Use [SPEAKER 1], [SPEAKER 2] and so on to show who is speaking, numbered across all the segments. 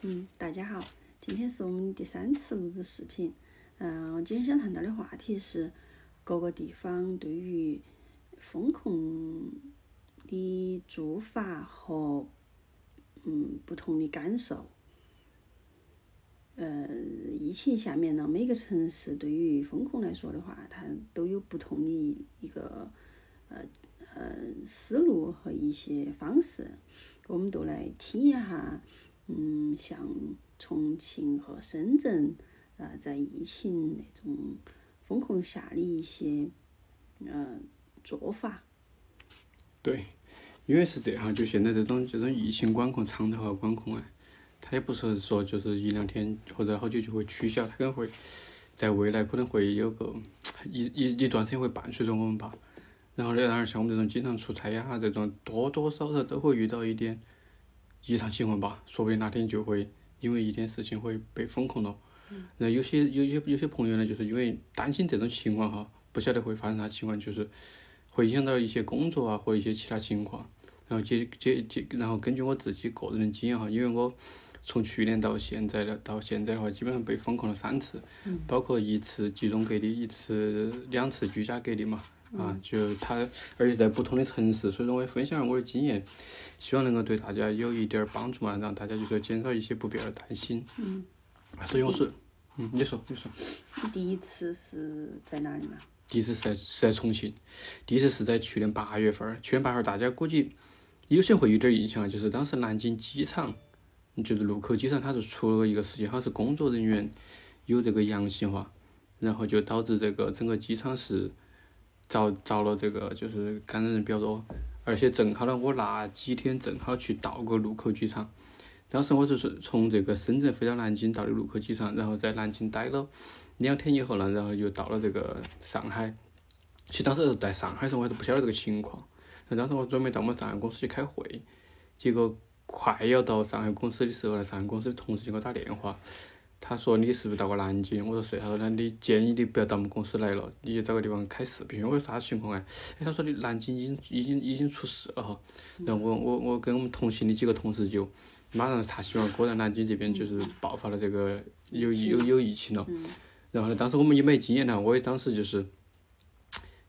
[SPEAKER 1] 嗯，大家好，今天是我们第三次录制视频。嗯、我今天想谈到的话题是各个地方对于风控的做法和嗯不同的感受。呃，疫情下面呢，每个城市对于风控来说的话，它都有不同的一个呃呃思路和一些方式。我们都来听一下，嗯，像重庆和深圳，呃，在疫情那种风控下的一些呃做法。
[SPEAKER 2] 对，因为是这样，就现在这种这种疫情管控常态化管控啊，它也不是说就是一两天或者好久就会取消，它可能会在未来可能会有个一一一段时间会伴随着我们吧。然后呢，然而像我们这种经常出差呀、这种多多少少都会遇到一点异常情况吧，说不定哪天就会因为一点事情会被封控了。然后有些有些有些朋友呢，就是因为担心这种情况哈，不晓得会发生啥情况，就是会影响到一些工作啊或者一些其他情况。然后结结结，然后根据我自己个人的经验哈，因为我从去年到现在的到现在的话，基本上被封控了三次，包括一次集中隔离，一次两次居家隔离嘛。啊，就它，而且在不同的城市，所以说我也分享我的经验，希望能够对大家有一点儿帮助嘛，让大家就是减少一些不必要的担心。
[SPEAKER 1] 嗯，
[SPEAKER 2] 啊所以我说，嗯，你说，你说。
[SPEAKER 1] 你第一次是在哪里嘛？
[SPEAKER 2] 第一次是在是在重庆，第一次是在去年八月份儿。去年八月份儿大家估计有些人会有点印象，就是当时南京机场，就是禄口机场，它是出了一个事情，好像是工作人员有这个阳性化，然后就导致这个整个机场是遭遭了这个就是感染人比较多，而且正好呢，我那几天正好去到过禄口机场。当时我是从从这个深圳飞到南京，到的禄口机场，然后在南京待了两天以后呢，然后又到了这个上海。其实当时在上海的时候，我还是不晓得这个情况。那当时我准备到我们上海公司去开会，结果快要到上海公司的时候呢，上海公司的同事就给我打电话，他说你是不是到过南京？我说哎是。他说那你建议你不要到我们公司来了，你就找个地方开视频。我说啥情况啊？哎，他说你南京已经已经已经出事了哈。然后我我我跟我们同行的几个同事就马上查询完，果然南京这边就是爆发了这个有有有疫情了。
[SPEAKER 1] 嗯，
[SPEAKER 2] 然后呢，当时我们也没经验呢，我也当时就是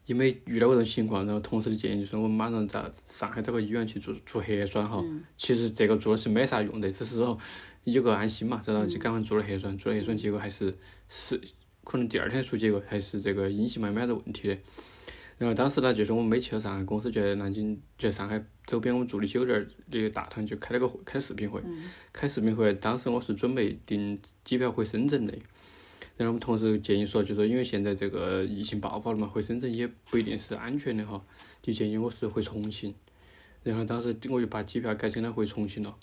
[SPEAKER 2] 也没遇到过这种情况。然后同事的建议就是，我们马上在上海找个医院去做做核酸哈。其实这个做的是没啥用的，只是说有个安心嘛。然后就赶快做了核酸，做了核酸结果还是是可能第二天出结果还是这个阴性嘛，没啥子问题的。然后当时呢，就是我们没去到上海公司，就在南京，就在上海周边我们住的酒店儿那个大堂就开了个会，开视频会，开视频会。当时我是准备订机票回深圳的，然后我们同事建议说，就说因为现在这个疫情爆发了嘛，回深圳也不一定是安全的哈，就建议我是回重庆。然后当时我就把机票改成了回重庆了。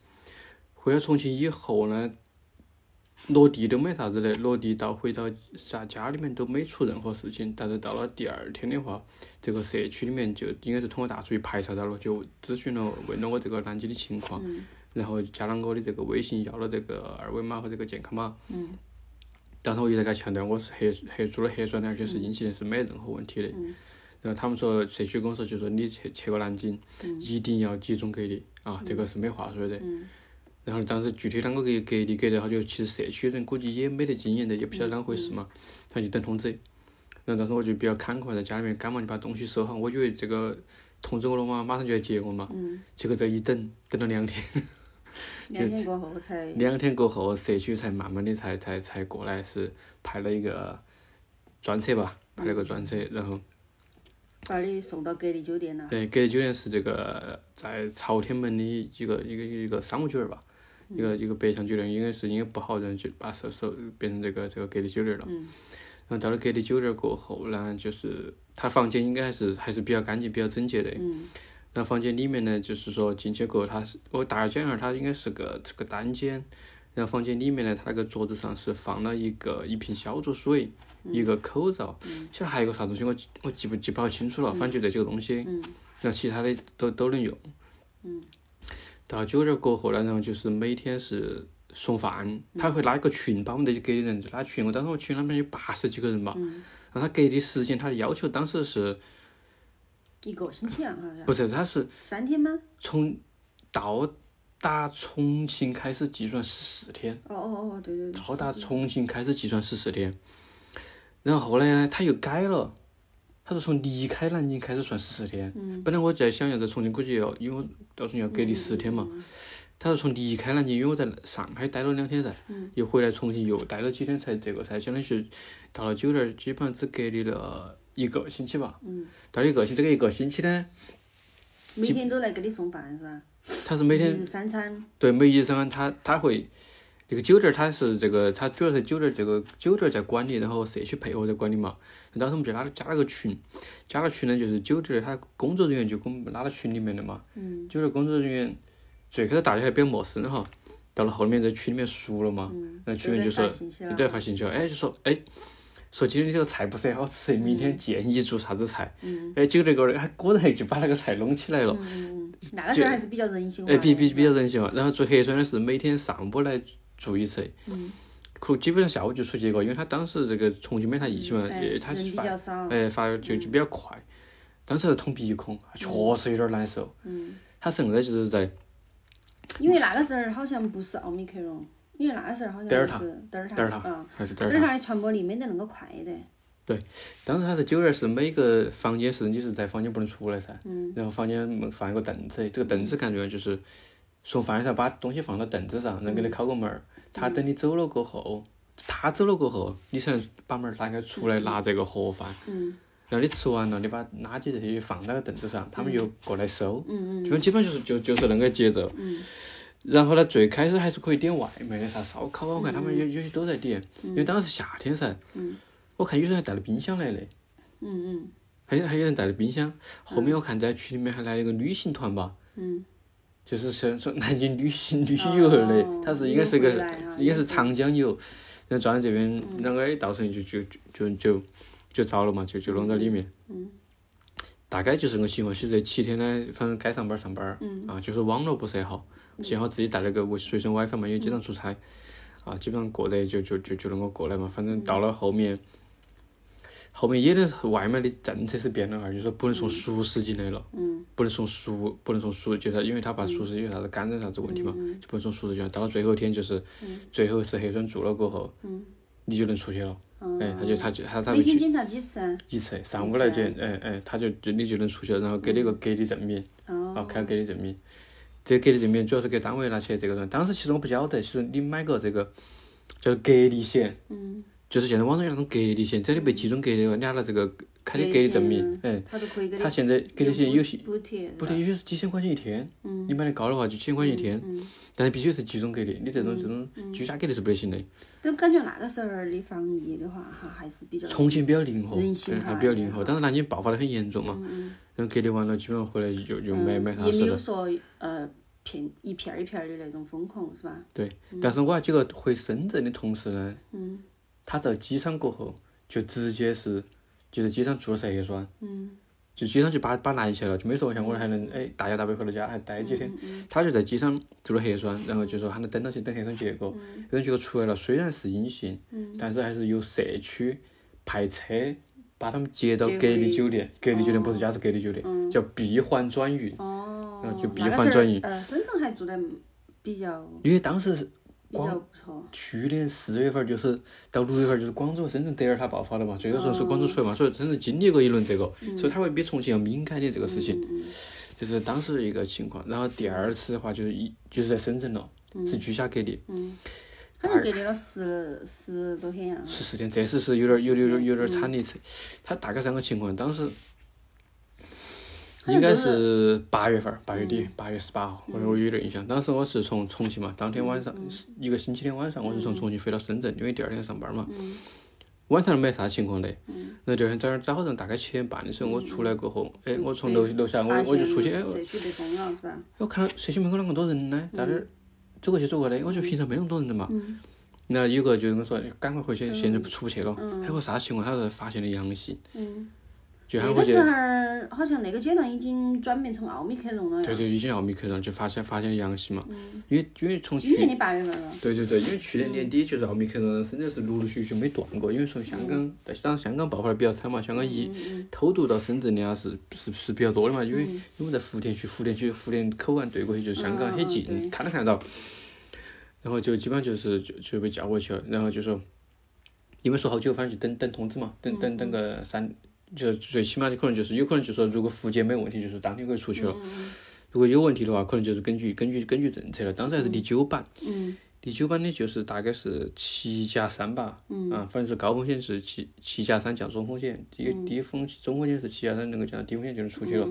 [SPEAKER 2] 回了重庆以后呢，落地都没啥子的，落地到回到家家里面都没出任何事情。但是到了第二天的话，这个社区里面就应该是通过大数据排查到了，就咨询了问了我这个南京的情况，然后加了我的这个微信要了这个二维码和这个健康码。当时我一直给他强调，我是核核做了核酸的，而且是阴性的，是没任何问题的。然后他们说，社区跟我说，就说你去去过南京，一定要集中隔离啊，这个是没话说的。然后当时具体啷个隔隔离隔得好久，其实社区人估计也没得经验的，也不晓得啷回事嘛，他就等通知。然后当时我就比较坎坷，在家里面赶忙就把东西收好，我以为这个通知我了嘛，马上就来接我嘛，结果这一等等了两天。
[SPEAKER 1] 嗯两天过后才
[SPEAKER 2] 两天过后，社区才慢慢的才才才过来，是派了一个专车吧，派了个专车，然后
[SPEAKER 1] 把你送到隔离酒店了。
[SPEAKER 2] 对，隔离酒店是这个在朝天门的一个一个一个商务酒店吧，一个一个北向酒店，应该是因为不好，人就把收收变成这个这个隔离酒店了。然后到了隔离酒店过后呢，就是他房间应该还是还是比较干净、比较整洁的。那房间里面呢，就是说进去过后，它是我大概讲一下，它应该是个是个单间。然后房间里面呢，它那个桌子上是放了一个一瓶消毒水，一个口罩，其实还有个啥东西我记我记不记不好清楚了，反正就这几个东西。然后其他的都都能用。嗯。到了酒店过后呢，然后就是每天是送饭，他会拉一个群，把我们这些隔离人就拉群。我当时我群里面有八十几个人吧。然后他隔离时间，他的要求当时是
[SPEAKER 1] 一个星期啊，好像
[SPEAKER 2] 呃不是？他是
[SPEAKER 1] 三天吗？
[SPEAKER 2] 从到达重庆开始计算十四天。
[SPEAKER 1] 哦哦哦，对对对，
[SPEAKER 2] 到达
[SPEAKER 1] 是是
[SPEAKER 2] 重庆开始计算十四天，然后后来呢，他又改了，他说从离开南京开始算十四天。
[SPEAKER 1] 嗯
[SPEAKER 2] 本来我在想要在重庆估计要，因为我到重庆要隔离十天嘛。
[SPEAKER 1] 嗯
[SPEAKER 2] 他说从离开南京，因为我在上海待了两天噻，
[SPEAKER 1] 嗯
[SPEAKER 2] 又回来重庆又待了几天才这个才相当于是到了酒店，基本上只隔离了一个星期吧。
[SPEAKER 1] 嗯
[SPEAKER 2] 到了一个星期，这个一个星期呢，
[SPEAKER 1] 每天都来给你送饭是吧？
[SPEAKER 2] 他是每天
[SPEAKER 1] 一日三餐，
[SPEAKER 2] 对，每一餐他他会这个酒店儿他是这个他主要是酒店儿这个酒店儿在管理，然后社区配合在管理嘛。然后他们就拉了加了个群，加了群呢就是酒店儿他工作人员就给我们拉到群里面的嘛。嗯。酒店儿工作人员最开始大家还比较陌生哈，到了后面在群里面熟了嘛，那群
[SPEAKER 1] 都
[SPEAKER 2] 里
[SPEAKER 1] 在
[SPEAKER 2] 面就说
[SPEAKER 1] 嗯发信息
[SPEAKER 2] 你
[SPEAKER 1] 了
[SPEAKER 2] 都。要发信息了，哎，就说哎，说今天你这个菜不是很好吃，明
[SPEAKER 1] 嗯
[SPEAKER 2] 天建议做啥子菜？嗯。哎，酒店儿个人还果然就把那个菜弄起来了。
[SPEAKER 1] 嗯，那个时候还是比较人性化
[SPEAKER 2] 哎，
[SPEAKER 1] 的。
[SPEAKER 2] 比比比较人性化。然后做核酸的是每天上午来做一次，嗯可基本上下午就出结果，因为他当时这个重庆美他疫情嘛，
[SPEAKER 1] 哎
[SPEAKER 2] 呃，他
[SPEAKER 1] 人比
[SPEAKER 2] 发
[SPEAKER 1] 较少，
[SPEAKER 2] 哎发就就比较快，当时还捅鼻孔，确实有点难受。嗯，他甚至就是在
[SPEAKER 1] 因为那个时候好像不是奥密克戎，因为那个时候好像就是德尔塔，
[SPEAKER 2] 德尔塔
[SPEAKER 1] 嗯，
[SPEAKER 2] 还是
[SPEAKER 1] 德
[SPEAKER 2] 点儿
[SPEAKER 1] 尔
[SPEAKER 2] 大。
[SPEAKER 1] 塔的传播力没得那个快的，
[SPEAKER 2] 当时他是酒店是每个房间是你是在房间不能出来噻，嗯，然后房间门放一个凳子，这个凳子感觉就是送饭的时候把东西放到凳子上，能给你敲个门儿。
[SPEAKER 1] 嗯
[SPEAKER 2] 他等你走了过后，他走了过后，你才能把门儿拉开出来拿这个盒饭。
[SPEAKER 1] 嗯
[SPEAKER 2] 然后你吃完了，你把垃圾这些放到个凳子上，他们又过来收，
[SPEAKER 1] 嗯嗯
[SPEAKER 2] 基本基本就是就就是那个节奏。然后呢，最开始还是可以点外卖的，啥烧烤啊，我看
[SPEAKER 1] 嗯
[SPEAKER 2] 他们有有些都在点，因为当时夏天噻，我看有些人还带了冰箱来的。
[SPEAKER 1] 嗯嗯，
[SPEAKER 2] 还有还有人带了冰箱，后面我看在群里面还来了一个旅行团吧，
[SPEAKER 1] 嗯，
[SPEAKER 2] 就是像说南京旅行旅游的
[SPEAKER 1] 哦，
[SPEAKER 2] 他是应该是个
[SPEAKER 1] 旅游回来啊
[SPEAKER 2] 应该是长江游，然后转到这边，
[SPEAKER 1] 嗯
[SPEAKER 2] 然后哎到时候就就就就就就遭了嘛，就就弄到里面，
[SPEAKER 1] 嗯
[SPEAKER 2] 大概就是个情况。其实这七天呢，反正该上班上班儿，
[SPEAKER 1] 嗯
[SPEAKER 2] 啊，就是网络不是很好，幸好自己带了个随身 WiFi 嘛，因为经常出差，啊，基本上过得就就就就能够过来嘛，反正到了后面。后面也能外卖的政策是变了哈，就是说不能送熟食进来了，不能送熟，不能送熟，就是因为他怕熟食有啥子感染啥子问题嘛，就不能送熟食进来。到了最后一天就是，最后是核酸做了过后，你就能出去了。哎，他就他就他他
[SPEAKER 1] 每
[SPEAKER 2] 就
[SPEAKER 1] 天检查几次啊？
[SPEAKER 2] 一次上午来检，哎哎，他就就你就能出去了，然后给你个隔离证明，啊，
[SPEAKER 1] 哦，
[SPEAKER 2] 开个隔离证明。这个隔离证明主要是给单位拿去这个人，当时其实我不晓得，其实你买个这个叫隔离险，
[SPEAKER 1] 嗯，
[SPEAKER 2] 就是现在网上有那种隔离险，只要你被集中隔离了，你拿了这个开的隔离证明，哎，
[SPEAKER 1] 他都可以给你
[SPEAKER 2] 他现在隔离险有些
[SPEAKER 1] 补贴，
[SPEAKER 2] 不对，有些是几千块钱一天，
[SPEAKER 1] 嗯
[SPEAKER 2] 你买的高的话就几千块钱一天，但是必须是集中隔离，你这
[SPEAKER 1] 嗯
[SPEAKER 2] 种这种居家隔离是不得行的。
[SPEAKER 1] 都感觉那个时候的防疫的话，哈，还是比较
[SPEAKER 2] 重庆比较灵活，
[SPEAKER 1] 人性
[SPEAKER 2] 嗯
[SPEAKER 1] 化
[SPEAKER 2] 还比较
[SPEAKER 1] 一点
[SPEAKER 2] 灵活，当时南京爆发的很严重嘛，然后隔离完了，基本上回来就就买买啥
[SPEAKER 1] 嗯也没
[SPEAKER 2] 吃的
[SPEAKER 1] 有。说呃片一片儿一片儿的那种封控是吧？
[SPEAKER 2] 对，但是我还几个回深圳的同事呢，
[SPEAKER 1] 嗯
[SPEAKER 2] 他到机场过后就直接是就在机场做了核
[SPEAKER 1] 嗯
[SPEAKER 2] 酸，就机场就把把拦下了，就没说像我还能哎大摇大摆回到家还待几天，他就在机场做了核酸，然后就说他能等到去等核酸结果，核酸结果出来了，虽然是阴性，但是还是由社区派车。把他们接到
[SPEAKER 1] 接
[SPEAKER 2] 隔离
[SPEAKER 1] 回
[SPEAKER 2] 酒店，隔离酒店不是家，是隔离酒店，叫闭环转运。
[SPEAKER 1] 哦，
[SPEAKER 2] 然后就闭
[SPEAKER 1] 那个
[SPEAKER 2] 环
[SPEAKER 1] 时候
[SPEAKER 2] 转移
[SPEAKER 1] 呃，深圳还做的比较
[SPEAKER 2] 因为当时是
[SPEAKER 1] 比较不错，
[SPEAKER 2] 去年四月份儿就是到六月份，就是广州、深圳德尔塔爆发了嘛，最多时候是广州出来嘛，所以深圳经历过一轮这个，所以它会比重庆要敏感的这个事情，就是当时一个情况。然后第二次的话就是一就是在深圳了，是居家隔离
[SPEAKER 1] 嗯好像隔离了十十多天呀、
[SPEAKER 2] 十四天，这次是有点儿有点儿有点儿有点儿惨烈一次。它大概三个情况，当时
[SPEAKER 1] 好像
[SPEAKER 2] 应该
[SPEAKER 1] 都
[SPEAKER 2] 是八月份儿，八月底，八月十八号，我我有点印象。当时我是从重庆嘛，当天晚上
[SPEAKER 1] 嗯
[SPEAKER 2] 一个星期天晚上，我是从重庆飞到深圳，因为第二天上班嘛。
[SPEAKER 1] 嗯
[SPEAKER 2] 晚上没啥情况的，然后第二天早上早上大概七点半的时候，我出来过后，哎，我从楼楼下我
[SPEAKER 1] 发
[SPEAKER 2] 我就
[SPEAKER 1] 现
[SPEAKER 2] 出去，哎，
[SPEAKER 1] 社区被封了是吧？
[SPEAKER 2] 我看到社区门口啷个多人
[SPEAKER 1] 嗯
[SPEAKER 2] 呢，在那儿走过去走过来，我觉得平常没那么多人的嘛。那有
[SPEAKER 1] 嗯
[SPEAKER 2] 哎个就跟我说，赶快回去，现在出不去了。还有啥情况？他说发现了阳性，就还
[SPEAKER 1] 那嗯
[SPEAKER 2] 会
[SPEAKER 1] 个
[SPEAKER 2] 觉
[SPEAKER 1] 时
[SPEAKER 2] 得
[SPEAKER 1] 候儿好像那个阶段已经转变成奥密克戎了
[SPEAKER 2] 对
[SPEAKER 1] 呀，嗯
[SPEAKER 2] 对，已经奥密克戎就发现发现阳性嘛，因为因为从
[SPEAKER 1] 今年
[SPEAKER 2] 去
[SPEAKER 1] 的嗯八月份了。
[SPEAKER 2] 对对对，因为去年年底就是奥密克戎，深圳是陆陆续续没断过，因为从香港在当香港爆发的比较惨嘛，香港
[SPEAKER 1] 嗯
[SPEAKER 2] 一偷渡到深圳的啊是是是比较多的嘛，因为因为我在福田区，福田区福田口岸对过去就是香港
[SPEAKER 1] 嗯嗯
[SPEAKER 2] 很
[SPEAKER 1] 对
[SPEAKER 2] 近，看都看得到，然后就基本上就是就就被叫过去了，然后就说，因为说好久，反正就等等通知嘛，
[SPEAKER 1] 嗯
[SPEAKER 2] 等等等个三，就最起码就可能就是有可能就说如果福建没问题，就是当天可以出去
[SPEAKER 1] 嗯
[SPEAKER 2] 了。如果有问题的话，可能就是根据根据根据政策了。当时还是第九版，
[SPEAKER 1] 嗯，
[SPEAKER 2] 第九版的就是大概是七加三吧，嗯，啊，反正是高风险是七七加三降中风险，低低风中风险是七加三能够降，低风险就是出去了，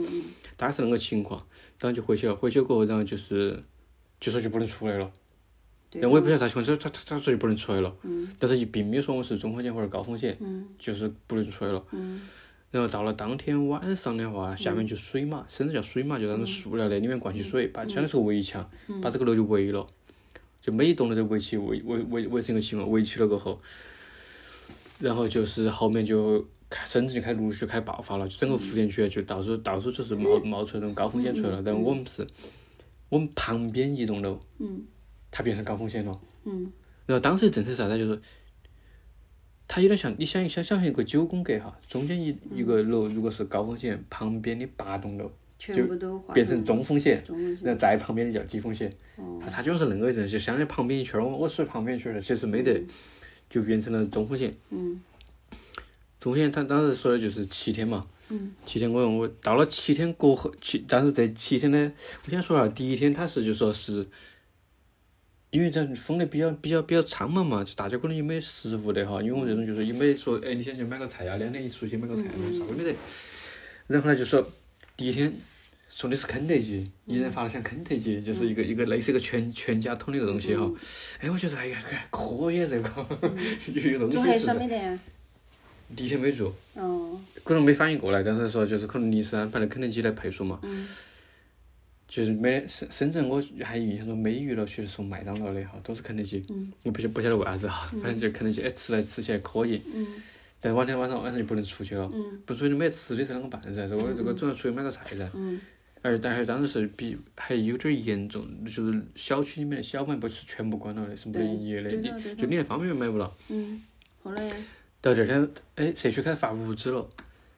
[SPEAKER 2] 大概是那个情况。然后就回去了，回去过后，然后就是就说就不能出来了。
[SPEAKER 1] 对
[SPEAKER 2] 然后我也不晓得咋情况，他他他他说就不能出来了，但是也并没有说我是中风险或者高风险，就是不能出来了。然后到了当天晚上的话，下面就水马，甚至叫水马，就那种塑料的，里面灌起水，把相当于是围墙，把这个楼就围了，就每一栋楼都围起围围围围成一个形了，围起了过后，然后就是后面就开甚至就开陆续开爆发了，就整个福建区啊就到处到处就是冒冒出那种高风险出来了。然后我们是，我们旁边一栋楼，它变成高风险了。
[SPEAKER 1] 嗯。
[SPEAKER 2] 然后当时的政策是啥子？就是它有点像，你想想想象一个九宫格哈，中间一一个楼如果是高风险，旁边的八栋楼
[SPEAKER 1] 全部都划
[SPEAKER 2] 哦变成中风险，
[SPEAKER 1] 中文
[SPEAKER 2] 然后再旁边的叫低风险。它它就是恁个人，就相当于旁边一圈儿，我我是旁边一圈儿的，其实没得，就变成了中风险。
[SPEAKER 1] 嗯
[SPEAKER 2] 中间他当时说的就是七天嘛，七天我用我到了七天过后，七但是这七天呢，我先说下第一天他是就说是，因为这封的比较比较比较苍茫嘛，就大家可能也没食物的哈，因为我这种就是也没说哎你先去买个菜呀、两天一出去买个菜呀，啥都没得。然后呢就说第一天送的是肯德基，一人发了箱肯德基，就是一个一个类似一个全全家桶的一个东西哈。哎，我觉得哎呀还可以这个， 有有东
[SPEAKER 1] 做
[SPEAKER 2] 西
[SPEAKER 1] 核
[SPEAKER 2] 是
[SPEAKER 1] 酸没得呀？
[SPEAKER 2] 第一天没做。
[SPEAKER 1] 哦，
[SPEAKER 2] 可能没反应过来，但是说就是可能临时安排了肯德基来配送嘛。
[SPEAKER 1] 嗯
[SPEAKER 2] 就是没深深圳，我还印象中没遇到去送麦当劳的哈，都是肯德基。
[SPEAKER 1] 嗯
[SPEAKER 2] 我不晓不晓得为啥子哈，反正就肯德基，哎，吃来吃去还可以。
[SPEAKER 1] 嗯
[SPEAKER 2] 但是晚天晚上晚上就不能出去了，不出去没吃的噻，啷个办噻？这我
[SPEAKER 1] 嗯
[SPEAKER 2] 这个主要出去买个菜噻。而但是当时是比还有点儿严重，就是小区里面的小卖部是全部关了的，是不得
[SPEAKER 1] 对
[SPEAKER 2] 营业的，
[SPEAKER 1] 对
[SPEAKER 2] 你
[SPEAKER 1] 头对
[SPEAKER 2] 就你连方便面买不到。
[SPEAKER 1] 嗯，后来
[SPEAKER 2] 到第二天，哎，社区开始发物资了，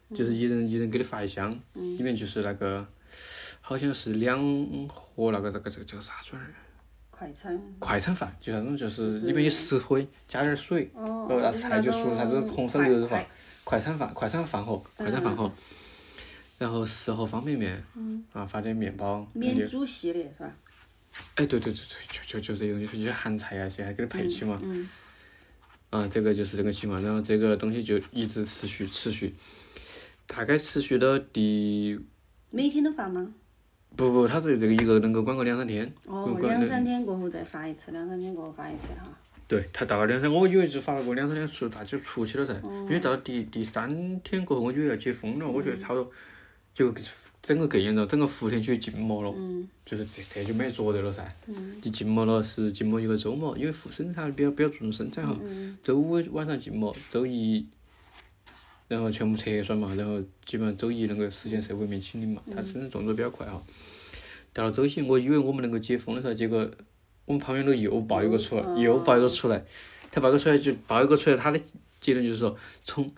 [SPEAKER 1] 嗯
[SPEAKER 2] 就是一人一人给你发一箱，里面就是那个，好像是两盒那个这个这个叫啥子玩意儿？
[SPEAKER 1] 快餐
[SPEAKER 2] 快餐饭，就那种就是
[SPEAKER 1] 嗯就是
[SPEAKER 2] 里面有石灰，加点儿水，
[SPEAKER 1] 哦，
[SPEAKER 2] 然后啥菜就说啥子红烧牛肉
[SPEAKER 1] 快嗯
[SPEAKER 2] 饭，快餐饭，快餐饭盒，快餐饭盒，然后十盒方便面，
[SPEAKER 1] 嗯
[SPEAKER 2] 啊，发点面包，
[SPEAKER 1] 免主席的是吧？
[SPEAKER 2] 哎，对对对对，就就就这种，就是一些韩菜啊，些还给你配起嘛。
[SPEAKER 1] 嗯
[SPEAKER 2] 啊，这个就是这个情况，然后这个东西就一直持续持续，大概持续到第
[SPEAKER 1] 每天都发吗？
[SPEAKER 2] 不不，它是这个一个能够管个两三天，
[SPEAKER 1] 哦
[SPEAKER 2] 管，管
[SPEAKER 1] 两三天过后再发一次，两三天过后发一次哈。
[SPEAKER 2] 对，它到了两三，我以为就发了个两三天出，大家出去了噻，因为到了第第三天过后，我以为要解封了，我觉得差不多就整个更严重，整个福田区禁摩了，就是这这就没得做得了噻，就禁摩了是禁摩一个周末，因为福生产比较比较注重生产哈，周五晚上禁摩，周一。然后全部拆算嘛，然后基本上周一能够实现社会面清零嘛，它生产动作比较快哈。到了周一，我以为我们能够解封的时候，结果我们旁边都又爆一个出来，又爆一个出来，他爆一个出来就爆一个出来，他的结论就是说，从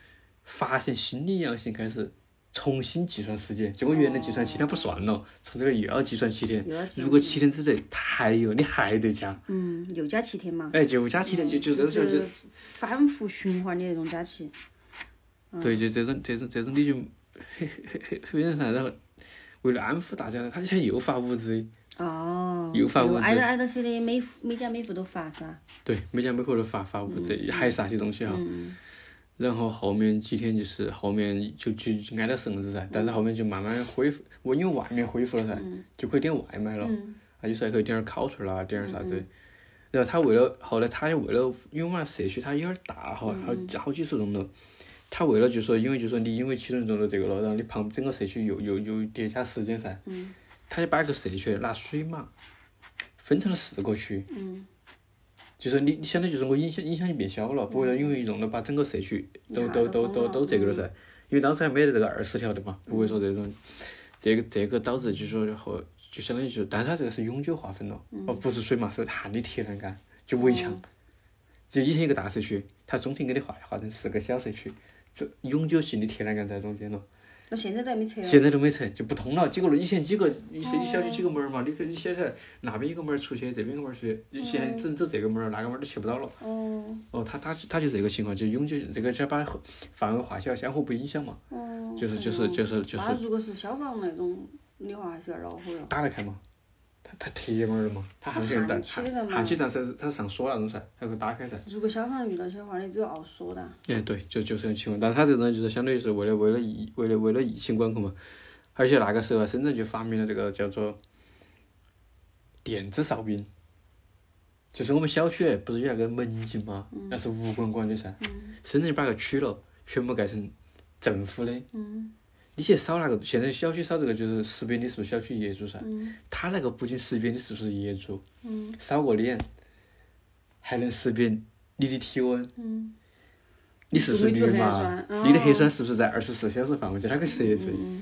[SPEAKER 2] 发现新的阳性开始，重新计算时间，结果原来计算七天不算了，从这个又要计算七天
[SPEAKER 1] 又要计，算
[SPEAKER 2] 如果七天之内他还有，你还得加，
[SPEAKER 1] 嗯，又加七天嘛，
[SPEAKER 2] 哎，就加七天就就这种
[SPEAKER 1] 是反复循环的那种假期。
[SPEAKER 2] 对，就这种这种这种你就很很很很有点啥，然后为了安抚大家，他现在又发物资，
[SPEAKER 1] 哦，
[SPEAKER 2] 又发物资
[SPEAKER 1] 挨着挨着去的，每户每家每户都发是吧？
[SPEAKER 2] 对，每家每户都发发物资，还有啥些东西哈。然后后面几天就是后面就就就挨到绳子噻，但是后面就慢慢恢复，我因为外面恢复了噻，就可以点外卖了，啊，有时候还可以点点烤串儿啦，点点啥子。然后他为了后来他也为了，因为我们社区它有点大哈，好好几十栋楼，他为了就说，因为就说你因为其中一栋楼这个了，然后你旁整个社区又又又叠加时间噻，他就把一个社区拿水马分成了四个区。就是你，你相当于就是我影响影响就变小了，不会因为弄了把整个社区都
[SPEAKER 1] 一下
[SPEAKER 2] 都
[SPEAKER 1] 都
[SPEAKER 2] 都
[SPEAKER 1] 封
[SPEAKER 2] 都
[SPEAKER 1] 了
[SPEAKER 2] 都这个了噻，因为当时还没得这个二十条的嘛，不会说这种，这个这个导致就说后就相当于就，但是它这个是永久划分了，哦，不是水马，是焊的铁栏杆，就围墙，就以前一个大社区，它中庭给你划划成四个小社区，这永久性的铁栏杆在中间了。
[SPEAKER 1] 那现在都还没拆哦。
[SPEAKER 2] 现在都没拆，就不通了。几个路以前几个一小一小区几个门儿嘛，你可你现在那边一个门儿出去，这边一个门儿出去，你现在只能走这个门儿，那个门儿都去不到了。
[SPEAKER 1] 哦
[SPEAKER 2] 哦，他他他就这个情况，就永久这个先把范围划小，相互不影响嘛，
[SPEAKER 1] 哦。
[SPEAKER 2] 就是就是就是就是
[SPEAKER 1] 那如果是消防那种的话，还是有点恼火了。
[SPEAKER 2] 打得开嘛。他他铁门儿了嘛，他焊起来
[SPEAKER 1] 焊
[SPEAKER 2] 但
[SPEAKER 1] 起的
[SPEAKER 2] 焊
[SPEAKER 1] 嘛
[SPEAKER 2] 焊起但是它上锁那种噻，它会打开噻。
[SPEAKER 1] 如果消防遇到些话，你只有傲说的。
[SPEAKER 2] 哎，对，就就这种情况，但是他这种就是相当于是为了为了疫为了为了疫情管控嘛，而且那个时候啊，深圳就发明了这个叫做电子哨兵，就是我们小区不是有那个门禁吗？那是乌管管的噻，深圳就把那个取了，全部改成政府的。
[SPEAKER 1] 嗯
[SPEAKER 2] 你去扫那个，现在小区扫这个就是识别你是不是小区业主噻，
[SPEAKER 1] 嗯
[SPEAKER 2] 他那个不仅识别你是不是业主，
[SPEAKER 1] 嗯
[SPEAKER 2] 扫个脸，还能识别你的体温。
[SPEAKER 1] 嗯。
[SPEAKER 2] 你是不是绿码？
[SPEAKER 1] 嗯
[SPEAKER 2] 你的核酸是不是在二十四小时范围之内？它可以设置，
[SPEAKER 1] 嗯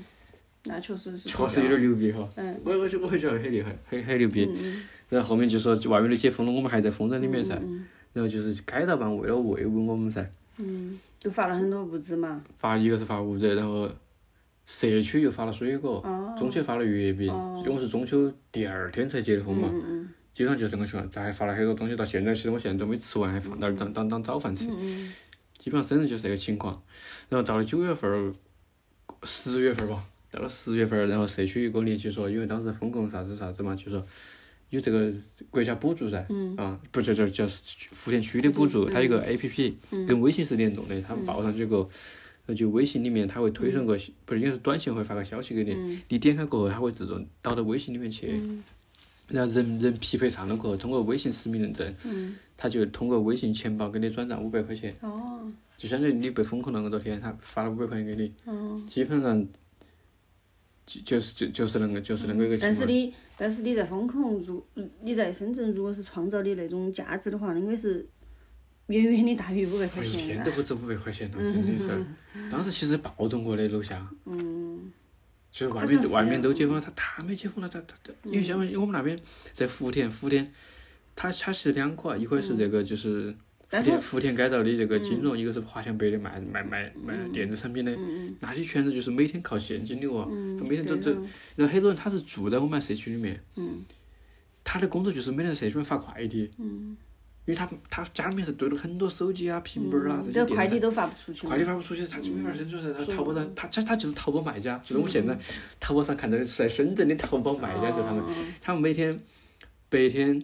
[SPEAKER 1] 那确实是。
[SPEAKER 2] 确实有。点牛逼哈。
[SPEAKER 1] 嗯
[SPEAKER 2] 我我觉我觉得很厉害，很很牛逼。
[SPEAKER 1] 嗯
[SPEAKER 2] 然后后面就说就外面都解封了，我们还在封在里面噻。
[SPEAKER 1] 嗯
[SPEAKER 2] 然后就是街道办为了慰问我们噻，
[SPEAKER 1] 嗯，都发了很多物资嘛。
[SPEAKER 2] 发一个是发物资，然后社区又发了水果，
[SPEAKER 1] 哦。
[SPEAKER 2] 中秋发了月饼，
[SPEAKER 1] 哦
[SPEAKER 2] 因为我是中秋第二天才解的封嘛，
[SPEAKER 1] 嗯
[SPEAKER 2] 基本上就是这个情况。这还发了很多东西，到现在其实我现在都没吃完，还放那儿当当当早饭吃。
[SPEAKER 1] 嗯嗯
[SPEAKER 2] 基本上深圳就是这个情况。然后到了九月份儿、十月份儿吧，到了十月份儿，然后社区又给我联系说，因为当时封控啥子啥子嘛，就说有这个国家补助噻，
[SPEAKER 1] 嗯
[SPEAKER 2] 啊，不是这叫福田区的补助，它有个 A P P 跟微信是联动的，他们报上去
[SPEAKER 1] 嗯
[SPEAKER 2] 过后。那就微信里面，它会推送个，不是应该是短信会发个消息给你，
[SPEAKER 1] 嗯
[SPEAKER 2] 你点开过后，它会自动导到微信里面去，然后人人匹配上了过后，通过微信实名认证，
[SPEAKER 1] 嗯。
[SPEAKER 2] 它就通过微信钱包给你转账五百块钱。
[SPEAKER 1] 哦。
[SPEAKER 2] 就相当于你被封控那么多天，他发了五百块钱给你，
[SPEAKER 1] 哦。
[SPEAKER 2] 基本上就就是就就是那个就是那个一个
[SPEAKER 1] 嗯但
[SPEAKER 2] 情
[SPEAKER 1] 是
[SPEAKER 2] 况。
[SPEAKER 1] 你，但是你在风控，如嗯你在深圳，如果是创造的那种价值的话，应该是远远的大于五百
[SPEAKER 2] 我
[SPEAKER 1] 块
[SPEAKER 2] 一
[SPEAKER 1] 钱
[SPEAKER 2] 天
[SPEAKER 1] 的。
[SPEAKER 2] 都不止五百块钱了，真的是。当时其实暴动过的楼下，
[SPEAKER 1] 嗯
[SPEAKER 2] 就是外
[SPEAKER 1] 好像
[SPEAKER 2] 面
[SPEAKER 1] 是哦嗯
[SPEAKER 2] 外面都解封了，他他没解封了，他他他，因为相当于我们那边在福田，福田，它它是两块，一块是这个就是福
[SPEAKER 1] 嗯但是嗯
[SPEAKER 2] 田福田街道的这个金融，一个是华强北的卖卖卖卖电子产品的，
[SPEAKER 1] 嗯
[SPEAKER 2] 那些全是就是每天靠现金流啊，
[SPEAKER 1] 嗯。
[SPEAKER 2] 他每天都
[SPEAKER 1] 对
[SPEAKER 2] 都，然后很多人他是住在我们社区里面。
[SPEAKER 1] 嗯
[SPEAKER 2] 他的工作就是每天社区里面发快递，
[SPEAKER 1] 嗯。
[SPEAKER 2] 因为他他家里面是堆了很多手机啊、平板儿啊
[SPEAKER 1] 嗯
[SPEAKER 2] 这
[SPEAKER 1] 这
[SPEAKER 2] 些
[SPEAKER 1] 快
[SPEAKER 2] 电
[SPEAKER 1] 递
[SPEAKER 2] 子
[SPEAKER 1] 都发不出去。
[SPEAKER 2] 快递发不出去，他就没法生存噻。然后
[SPEAKER 1] 是
[SPEAKER 2] 淘宝上，他他他就是淘宝卖家，就是我现在淘宝上看到的在深圳的淘宝卖家，就是他们，
[SPEAKER 1] 哦
[SPEAKER 2] 他们每天白天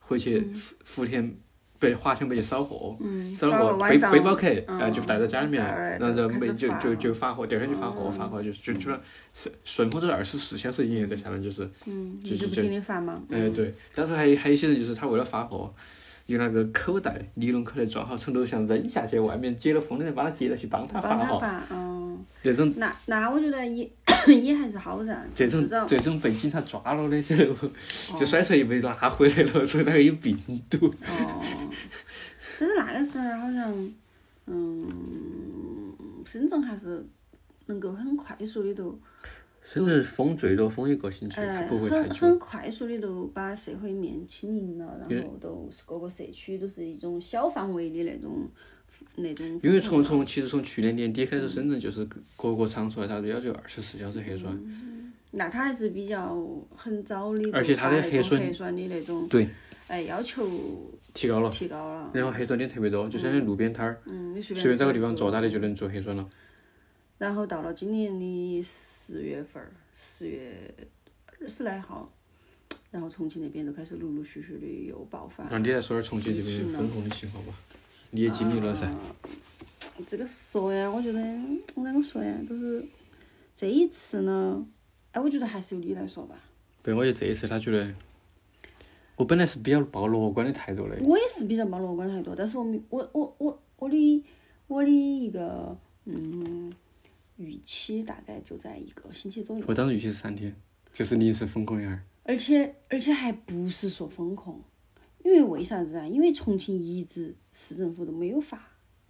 [SPEAKER 2] 回去福福田北华强北去扫货，
[SPEAKER 1] 嗯，
[SPEAKER 2] 扫
[SPEAKER 1] 稍微
[SPEAKER 2] 了货
[SPEAKER 1] 晚
[SPEAKER 2] 背
[SPEAKER 1] 上
[SPEAKER 2] 背包客，
[SPEAKER 1] 嗯
[SPEAKER 2] 然后就带到家里面，
[SPEAKER 1] 带儿
[SPEAKER 2] 然后
[SPEAKER 1] 开
[SPEAKER 2] 每
[SPEAKER 1] 始
[SPEAKER 2] 就
[SPEAKER 1] 发
[SPEAKER 2] 就就发货，第二天就发货，发货就就基本上顺顺丰都是二十四小时营业在下面，就是。
[SPEAKER 1] 嗯，
[SPEAKER 2] 就
[SPEAKER 1] 一直
[SPEAKER 2] 是
[SPEAKER 1] 不
[SPEAKER 2] 这
[SPEAKER 1] 停的发嘛。
[SPEAKER 2] 哎，对，当时还有还有一些人就是他为了发货，用那个口袋尼龙口袋装好，从楼上扔下去，外面解了封的人把他接到去帮他
[SPEAKER 1] 帮
[SPEAKER 2] 发
[SPEAKER 1] 他
[SPEAKER 2] 货，
[SPEAKER 1] 发，嗯，
[SPEAKER 2] 这种
[SPEAKER 1] 那那我觉得也 也还是好噻，
[SPEAKER 2] 这种
[SPEAKER 1] 至少
[SPEAKER 2] 这种被警察抓了的，晓得
[SPEAKER 1] 哦
[SPEAKER 2] 不？就甩出来被拿回来了，说那个有病毒。
[SPEAKER 1] 哦，但是那个时候好像，嗯，深圳还是能够很快速的都，
[SPEAKER 2] 深圳封最多封一个星期，它
[SPEAKER 1] 哎，
[SPEAKER 2] 不会太
[SPEAKER 1] 很
[SPEAKER 2] 久。
[SPEAKER 1] 很快速的都把社会面清零了，然后都是各个社区都是一种小范围的那种那种。
[SPEAKER 2] 因为从从其实从去年年底开始，深圳就是各个场所它都要求二十四小时核酸，
[SPEAKER 1] 那他还是比较很早的，
[SPEAKER 2] 而且它的
[SPEAKER 1] 核
[SPEAKER 2] 核酸
[SPEAKER 1] 核酸的那种
[SPEAKER 2] 对，
[SPEAKER 1] 哎要求
[SPEAKER 2] 提高了。
[SPEAKER 1] 提高了。
[SPEAKER 2] 然后核酸点特别多，就相当于路边摊儿，
[SPEAKER 1] 啊嗯，你随
[SPEAKER 2] 随便找个地方
[SPEAKER 1] 坐
[SPEAKER 2] 坐，它的就能做核酸了。
[SPEAKER 1] 然后到了今年的四月份儿，四月二十来号，然后重庆那边都开始陆陆续续的又爆发。
[SPEAKER 2] 那你来说点重庆这边封控的情况吧，你也经历了
[SPEAKER 1] 啊
[SPEAKER 2] 噻。
[SPEAKER 1] 这个说呀，我觉得嗯我啷个说呀，就是这一次呢，哎，我觉得还是由你来说吧。
[SPEAKER 2] 对，我觉得这一次他觉得，我本来是比较抱乐观的态度的，
[SPEAKER 1] 我也是比较抱乐观态度，但是我没我我我我的我的一个嗯预期大概就在一个星期左右，
[SPEAKER 2] 我当时预期是三天，就是临时封控一下儿。
[SPEAKER 1] 而且而且还不是说风控，因为为啥子啊？因为重庆一直市政府都没有发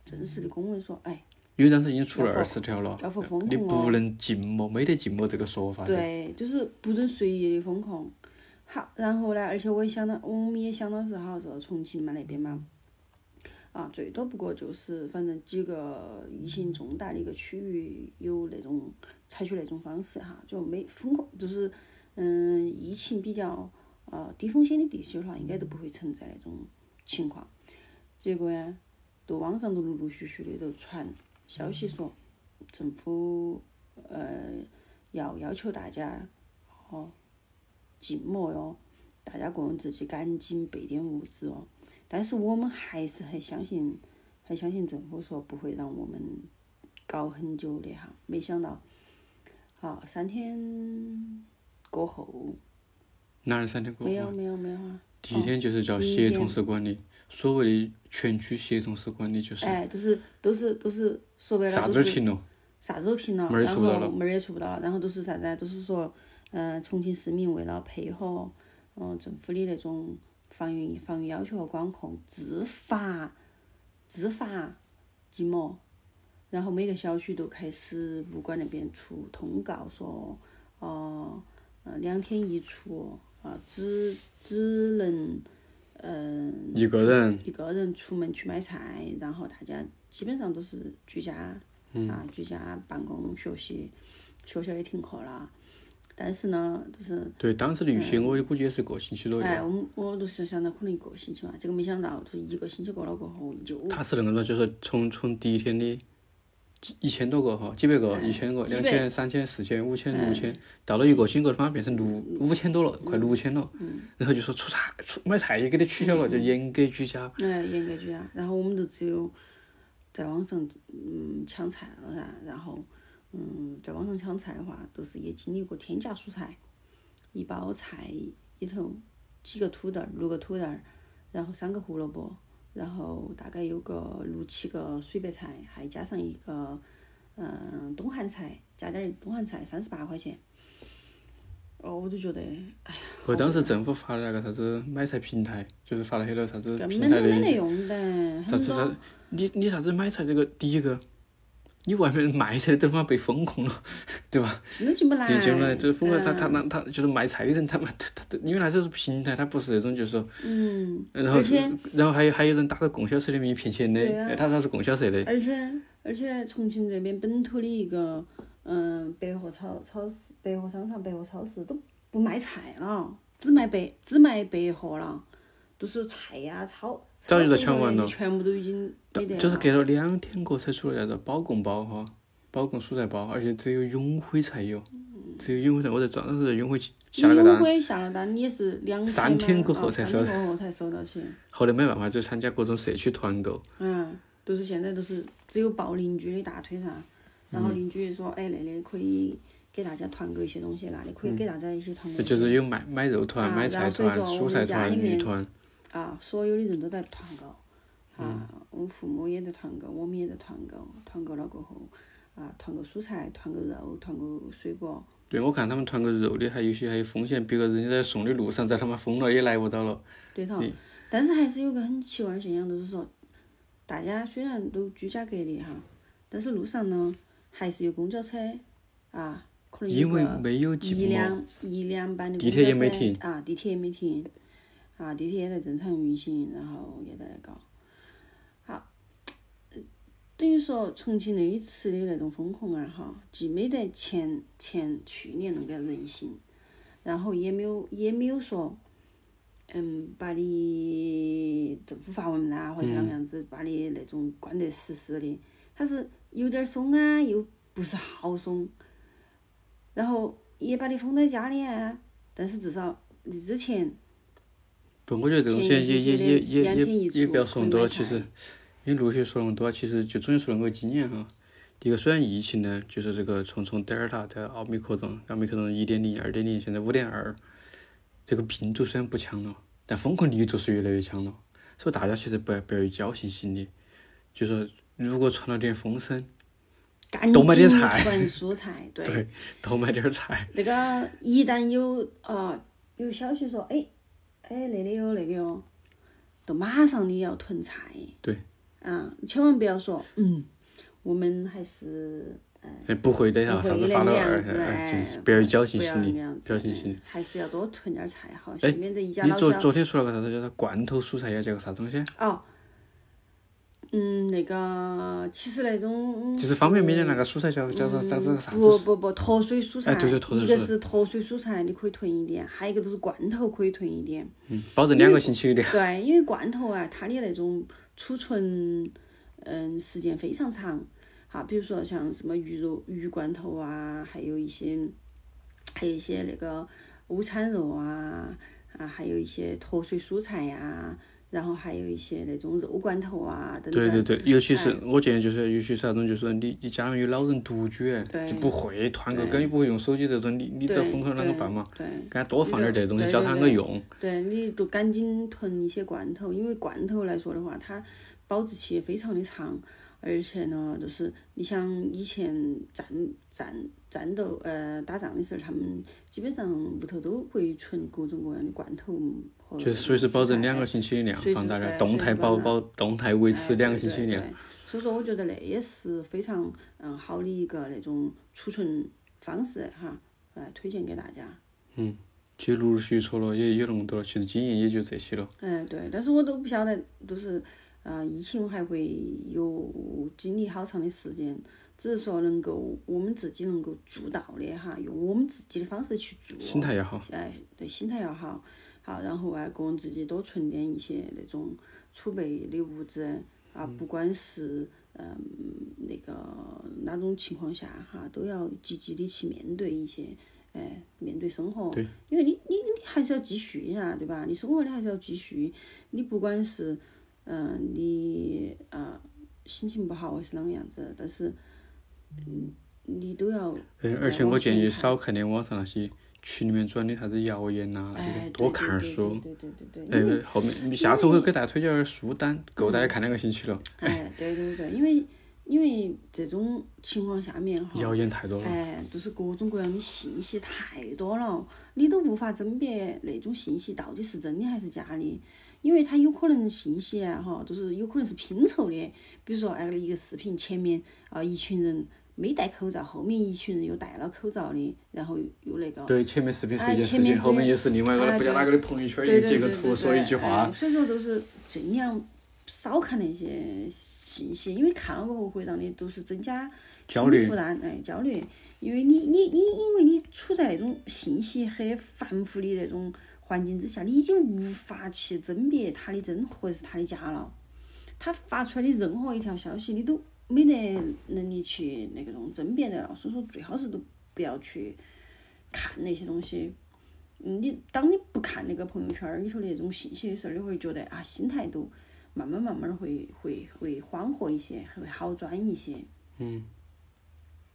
[SPEAKER 1] 正式的公文说，哎，
[SPEAKER 2] 因为当时已经出了二十条了
[SPEAKER 1] 要否风，
[SPEAKER 2] 哎你
[SPEAKER 1] 控
[SPEAKER 2] 不
[SPEAKER 1] 哦
[SPEAKER 2] 能静默，没得静默这个说法的。
[SPEAKER 1] 对，就是不准随意的风控。好，然后呢，而且我也想到，我们也想到是哈，说重庆嘛那边嘛，啊，最多不过就是反正几个疫情重大的一个区域有那种采取那种方式哈，就没风控，就是嗯，疫情比较呃低风险的地区的话，应该都不会存在那种情况。结果呢，都网上都陆陆续续的都传消息说，政府呃要要求大家哦静默哟，大家个人自己赶紧备点物资哦。但是我们还是很相信，很相信政府说不会让我们搞很久的哈。没想到，啊，三天过后，
[SPEAKER 2] 哪儿三天过
[SPEAKER 1] 没有
[SPEAKER 2] 后？
[SPEAKER 1] 没有没有啊，
[SPEAKER 2] 第一天就是叫
[SPEAKER 1] 第一
[SPEAKER 2] 协
[SPEAKER 1] 天
[SPEAKER 2] 同式管理，所谓的全区协同式管理就是
[SPEAKER 1] 哎，就是都是都是说白
[SPEAKER 2] 啥
[SPEAKER 1] 了
[SPEAKER 2] 子儿
[SPEAKER 1] 都是
[SPEAKER 2] 停了，
[SPEAKER 1] 啥子都停了，
[SPEAKER 2] 门儿也
[SPEAKER 1] 然
[SPEAKER 2] 出不到
[SPEAKER 1] 后门儿也出不到了，然后都是啥子啊？都是说，嗯、重庆市民为了配合嗯、呃政府的那种防疫防疫要求和管控，自发自发静默，然后每个小区都开始物管那边出通告说，哦、呃，两天一出啊，只只能嗯、
[SPEAKER 2] 一个人
[SPEAKER 1] 一个人出门去买菜，然后大家基本上都是居家、啊，居家办公学习，学校也停课了。但是呢，就是
[SPEAKER 2] 对当时的预期，我估计也是个星期左右。
[SPEAKER 1] 哎，我们我都是想到可能一个星期嘛，结果没想到，就一个星期过了过后就
[SPEAKER 2] 他是那个了，就是从从第一天的几一千多个哈，几百个、一千个、
[SPEAKER 1] 几百嗯
[SPEAKER 2] 两千、三千、四千、五千、六千，到了一个新个他妈变成六五千多了，快六千了。
[SPEAKER 1] 嗯
[SPEAKER 2] 然后就说出菜、出买菜也给你取消了，就严格居家。
[SPEAKER 1] 哎严格居家，然后我们就只有在网上嗯抢菜了噻，然后嗯在网上抢菜的话，都是也经历过天价蔬菜，一包菜里头几个土豆儿，六个土豆儿，然后三个胡萝卜，然后大概有个六七个水白菜，还加上一个嗯东汉菜，加点儿东汉菜三十八块钱。哦，我就觉得
[SPEAKER 2] 和当时政府发的那个啥子买菜平台，就是发了很多啥子
[SPEAKER 1] 根
[SPEAKER 2] 平
[SPEAKER 1] 本
[SPEAKER 2] 台
[SPEAKER 1] 都没
[SPEAKER 2] 的
[SPEAKER 1] 得用的，
[SPEAKER 2] 啥
[SPEAKER 1] 很
[SPEAKER 2] 子啥
[SPEAKER 1] 多
[SPEAKER 2] 子，你你啥子买菜这个第一个，你外面卖菜的都他妈被封控了，对吧？
[SPEAKER 1] 真的进不来。
[SPEAKER 2] 这就来，这封控他
[SPEAKER 1] 嗯
[SPEAKER 2] 他他他就是卖菜的人，他妈他他他，因为那时候是平台，他不是那种就是说，
[SPEAKER 1] 嗯，
[SPEAKER 2] 然后
[SPEAKER 1] 而且
[SPEAKER 2] 然后还有还有人打着供销社的名义骗钱的，
[SPEAKER 1] 对啊
[SPEAKER 2] 哎，他他是供销社的，
[SPEAKER 1] 而且而且重庆这边本土的一个嗯百货超超市、百货商场、百货超市都不卖菜了，只卖百只卖百货了，都是菜呀、超
[SPEAKER 2] 早就
[SPEAKER 1] 超
[SPEAKER 2] 在
[SPEAKER 1] 市
[SPEAKER 2] 抢完
[SPEAKER 1] 里
[SPEAKER 2] 了
[SPEAKER 1] 全部都已经没得了。
[SPEAKER 2] 就是隔了两天过才出来那个保供包哈，保供蔬菜包，而且只有永辉才有，
[SPEAKER 1] 嗯
[SPEAKER 2] 只有永辉才，我在当时在永辉下了个
[SPEAKER 1] 永
[SPEAKER 2] 单，
[SPEAKER 1] 辉下了单，你也是两
[SPEAKER 2] 三
[SPEAKER 1] 天
[SPEAKER 2] 天
[SPEAKER 1] 吗
[SPEAKER 2] 过后
[SPEAKER 1] 啊
[SPEAKER 2] 才
[SPEAKER 1] 三
[SPEAKER 2] 收
[SPEAKER 1] 天过后才收到起。
[SPEAKER 2] 后来没办法就参加各种社区团购，
[SPEAKER 1] 嗯，都是现在都是只有抱邻居的大腿上，然
[SPEAKER 2] 嗯
[SPEAKER 1] 后邻居说，哎，那里可以给大家团购一些东西，那里可以给大家一些团购一些。
[SPEAKER 2] 嗯就是有买买肉团、
[SPEAKER 1] 啊
[SPEAKER 2] 买菜团、
[SPEAKER 1] 然后所以说我
[SPEAKER 2] 蔬
[SPEAKER 1] 们
[SPEAKER 2] 菜
[SPEAKER 1] 家
[SPEAKER 2] 团、
[SPEAKER 1] 里面
[SPEAKER 2] 鱼团，
[SPEAKER 1] 啊，所有的人都在团购，
[SPEAKER 2] 嗯
[SPEAKER 1] 啊，我父母也在团购，我们也在团购，团购了过后，啊，团购蔬菜，团购肉，团购水果，
[SPEAKER 2] 对我看他们团购肉的，还有些还有风险，别个人家在送的路上在他妈封了也来不到了，
[SPEAKER 1] 对头。但是还是有个很奇怪的现象，就是说，大家虽然都居家隔离哈，但是路上呢还是有公交车，啊，可能有
[SPEAKER 2] 因为
[SPEAKER 1] 个
[SPEAKER 2] 没有
[SPEAKER 1] 一啊
[SPEAKER 2] 静默，
[SPEAKER 1] 两一两班的
[SPEAKER 2] 地铁也
[SPEAKER 1] 公
[SPEAKER 2] 没
[SPEAKER 1] 交车
[SPEAKER 2] 停
[SPEAKER 1] 啊，地铁也没停啊，地铁也在正常运行，然后也在那搞。好，呃等于说重庆那一次的那种风控啊，哈，既没得前前去年那个人性，然后也没有也没有说。嗯，把你政府发文啦、或者啷
[SPEAKER 2] 嗯
[SPEAKER 1] 个样子，把你那种关得死死的，他是有点儿松啊，又不是好松，然后也把你封在家里啊。但是至少你之前
[SPEAKER 2] 不，我觉得这种
[SPEAKER 1] 前
[SPEAKER 2] 些
[SPEAKER 1] 一
[SPEAKER 2] 也
[SPEAKER 1] 些
[SPEAKER 2] 也
[SPEAKER 1] 的
[SPEAKER 2] 也也
[SPEAKER 1] 两天一
[SPEAKER 2] 也也不要
[SPEAKER 1] 出
[SPEAKER 2] 说那
[SPEAKER 1] 可以
[SPEAKER 2] 么多
[SPEAKER 1] 买
[SPEAKER 2] 了，其
[SPEAKER 1] 菜
[SPEAKER 2] 实因为陆续说那么多，其实就总结出了我的经验哈。第一个，虽然疫情呢，就是这个从从德尔塔到奥密克戎，奥密克戎一点零、二点零，现在五点二，这个病毒虽然不强了，但风控力度是越来越强了，所以大家其实不要不要有侥幸心理，就说如果传了点风声，
[SPEAKER 1] 赶紧
[SPEAKER 2] 多买点哎菜
[SPEAKER 1] 囤蔬菜，哎对，
[SPEAKER 2] 对多买点儿菜，
[SPEAKER 1] 那个一旦有啊有消息说，哎哎那里有那个哟，都马上你要囤菜，
[SPEAKER 2] 对，
[SPEAKER 1] 啊，千万不要说嗯，我们还是
[SPEAKER 2] 哎，不会的
[SPEAKER 1] 嗯不
[SPEAKER 2] 呀，
[SPEAKER 1] 会
[SPEAKER 2] 啥子
[SPEAKER 1] 的
[SPEAKER 2] 发
[SPEAKER 1] 那
[SPEAKER 2] 了
[SPEAKER 1] 样
[SPEAKER 2] 二，
[SPEAKER 1] 子
[SPEAKER 2] 哎
[SPEAKER 1] 哎
[SPEAKER 2] 就不要有侥幸
[SPEAKER 1] 不要
[SPEAKER 2] 心
[SPEAKER 1] 那
[SPEAKER 2] 理，
[SPEAKER 1] 样子，
[SPEAKER 2] 侥幸心理。
[SPEAKER 1] 哎还是要多囤点菜好，
[SPEAKER 2] 哎
[SPEAKER 1] 免得一家
[SPEAKER 2] 你
[SPEAKER 1] 老
[SPEAKER 2] 昨
[SPEAKER 1] 小
[SPEAKER 2] 昨天说了个啥子叫啥罐头蔬菜呀，叫个啥东西？
[SPEAKER 1] 哦，嗯，那个其实那种
[SPEAKER 2] 就是方便面的那个蔬菜叫叫啥叫这个啥
[SPEAKER 1] 嗯不
[SPEAKER 2] 子？
[SPEAKER 1] 不不脱水蔬菜，
[SPEAKER 2] 哎对对脱水
[SPEAKER 1] 一个是脱水蔬菜，你可以囤一点，还有一个就是罐头可以囤一点。
[SPEAKER 2] 嗯，保证两个星期有的。
[SPEAKER 1] 对，因为罐头啊，它的那种储存，嗯，时间非常长。哈，比如说像什么鱼肉、鱼罐头啊，还有一些，还有一些那个午餐肉啊，啊，还有一些脱水蔬菜呀、然后还有一些那种肉罐头啊，等等。
[SPEAKER 2] 对对对，尤其
[SPEAKER 1] 哎
[SPEAKER 2] 是我建议就是，尤其是那种就是你你家里面有老人独居，
[SPEAKER 1] 对
[SPEAKER 2] 就不会团购，根本不会用手机这种，你你这风口啷个办嘛？
[SPEAKER 1] 对
[SPEAKER 2] 给他多放点这东西，
[SPEAKER 1] 对
[SPEAKER 2] 教他啷个用。
[SPEAKER 1] 对，你都赶紧囤一些罐头，因为罐头来说的话，它保质期也非常的长，而且呢，就是你像以前战战战斗呃打仗的时候，他们基本上屋头都会存各种各样的罐头和哎
[SPEAKER 2] 就随时保证两个星期的量
[SPEAKER 1] 随时
[SPEAKER 2] 放在那儿，
[SPEAKER 1] 对
[SPEAKER 2] 动态
[SPEAKER 1] 随时
[SPEAKER 2] 保
[SPEAKER 1] 保
[SPEAKER 2] 保动态维持两个星期的
[SPEAKER 1] 哎对
[SPEAKER 2] 量。
[SPEAKER 1] 对对所以说，我觉得那也是非常嗯好的一个那种储存方式哈，哎，推荐给大家。
[SPEAKER 2] 其实陆陆续续说了也有那么多了，其实经验也就这些了。
[SPEAKER 1] 哎，对，但是我都不晓得，就是呃，疫情还会有经历好长的时间，只是说能够我们自己能够做到的哈，用我们自己的方式去做，
[SPEAKER 2] 心态要好，
[SPEAKER 1] 哎，对，心态要好，好，然后啊，个人自己多存点一些那种储备的物资啊，不管是嗯那个哪种情况下哈，都要积极的去面对一些，哎，面对生活，
[SPEAKER 2] 对
[SPEAKER 1] 因为你你你还是要继续呀，对吧？你生活你还是要继续，你不管是嗯、呃你啊、呃心情不好还是啷个样子，但是嗯你都要
[SPEAKER 2] 呃，而且
[SPEAKER 1] 要
[SPEAKER 2] 我
[SPEAKER 1] 往
[SPEAKER 2] 建
[SPEAKER 1] 前
[SPEAKER 2] 议
[SPEAKER 1] 看
[SPEAKER 2] 少看点网上那些群里面转的啥子谣言呐、那
[SPEAKER 1] 哎
[SPEAKER 2] 些，啊多看点书。
[SPEAKER 1] 对对对对对对对对，
[SPEAKER 2] 哎
[SPEAKER 1] 因为，
[SPEAKER 2] 后面下次我会给大家推荐点儿书单，够大家看两个星期了。
[SPEAKER 1] 哎，对对对，因为因为这种情况下面哈，
[SPEAKER 2] 谣言太多了，
[SPEAKER 1] 哎，就是各种各样的信息太多了，你都无法甄别那种信息到底是真的还是假的，因为它有可能信息啊哈，就是有可能是拼凑的，比如说哎一个视频前面啊、一群人没戴口罩，后面一群人又戴了口罩的，然后又那个。
[SPEAKER 2] 对，前面视频是一
[SPEAKER 1] 哎
[SPEAKER 2] 件
[SPEAKER 1] 前
[SPEAKER 2] 事
[SPEAKER 1] 面
[SPEAKER 2] 情，
[SPEAKER 1] 是
[SPEAKER 2] 后面又是另外一个
[SPEAKER 1] 哎
[SPEAKER 2] 不知道哪个的朋友圈
[SPEAKER 1] 对
[SPEAKER 2] 又
[SPEAKER 1] 对
[SPEAKER 2] 截
[SPEAKER 1] 对
[SPEAKER 2] 个
[SPEAKER 1] 对
[SPEAKER 2] 图
[SPEAKER 1] 对，
[SPEAKER 2] 说一句话
[SPEAKER 1] 哎，所以说都是尽量少看那些信息，因为看了过后会让你都是增加
[SPEAKER 2] 焦
[SPEAKER 1] 心理
[SPEAKER 2] 虑
[SPEAKER 1] 负担，哎，焦虑。因为你你你，因为你处在那种信息很繁复的那种环境之下，你已经无法去甄别它的真或者是它的假了。他发出来的任何一条消息，你都没得能力去那个种甄别得了，所以说最好是都不要去看那些东西。嗯，你当你不看那个朋友圈儿里头的那种信息的时候，你会觉得啊，心态都慢慢慢慢的会会会缓和一些，会好转一些。
[SPEAKER 2] 嗯，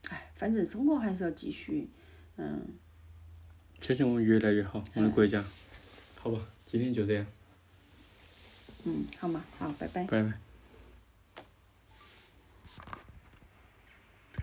[SPEAKER 1] 哎，反正生活还是要继续。嗯，
[SPEAKER 2] 相信我们越来越好，我们的国家，好吧，今天就这样，
[SPEAKER 1] 嗯，好嘛，好，拜拜。
[SPEAKER 2] 拜拜。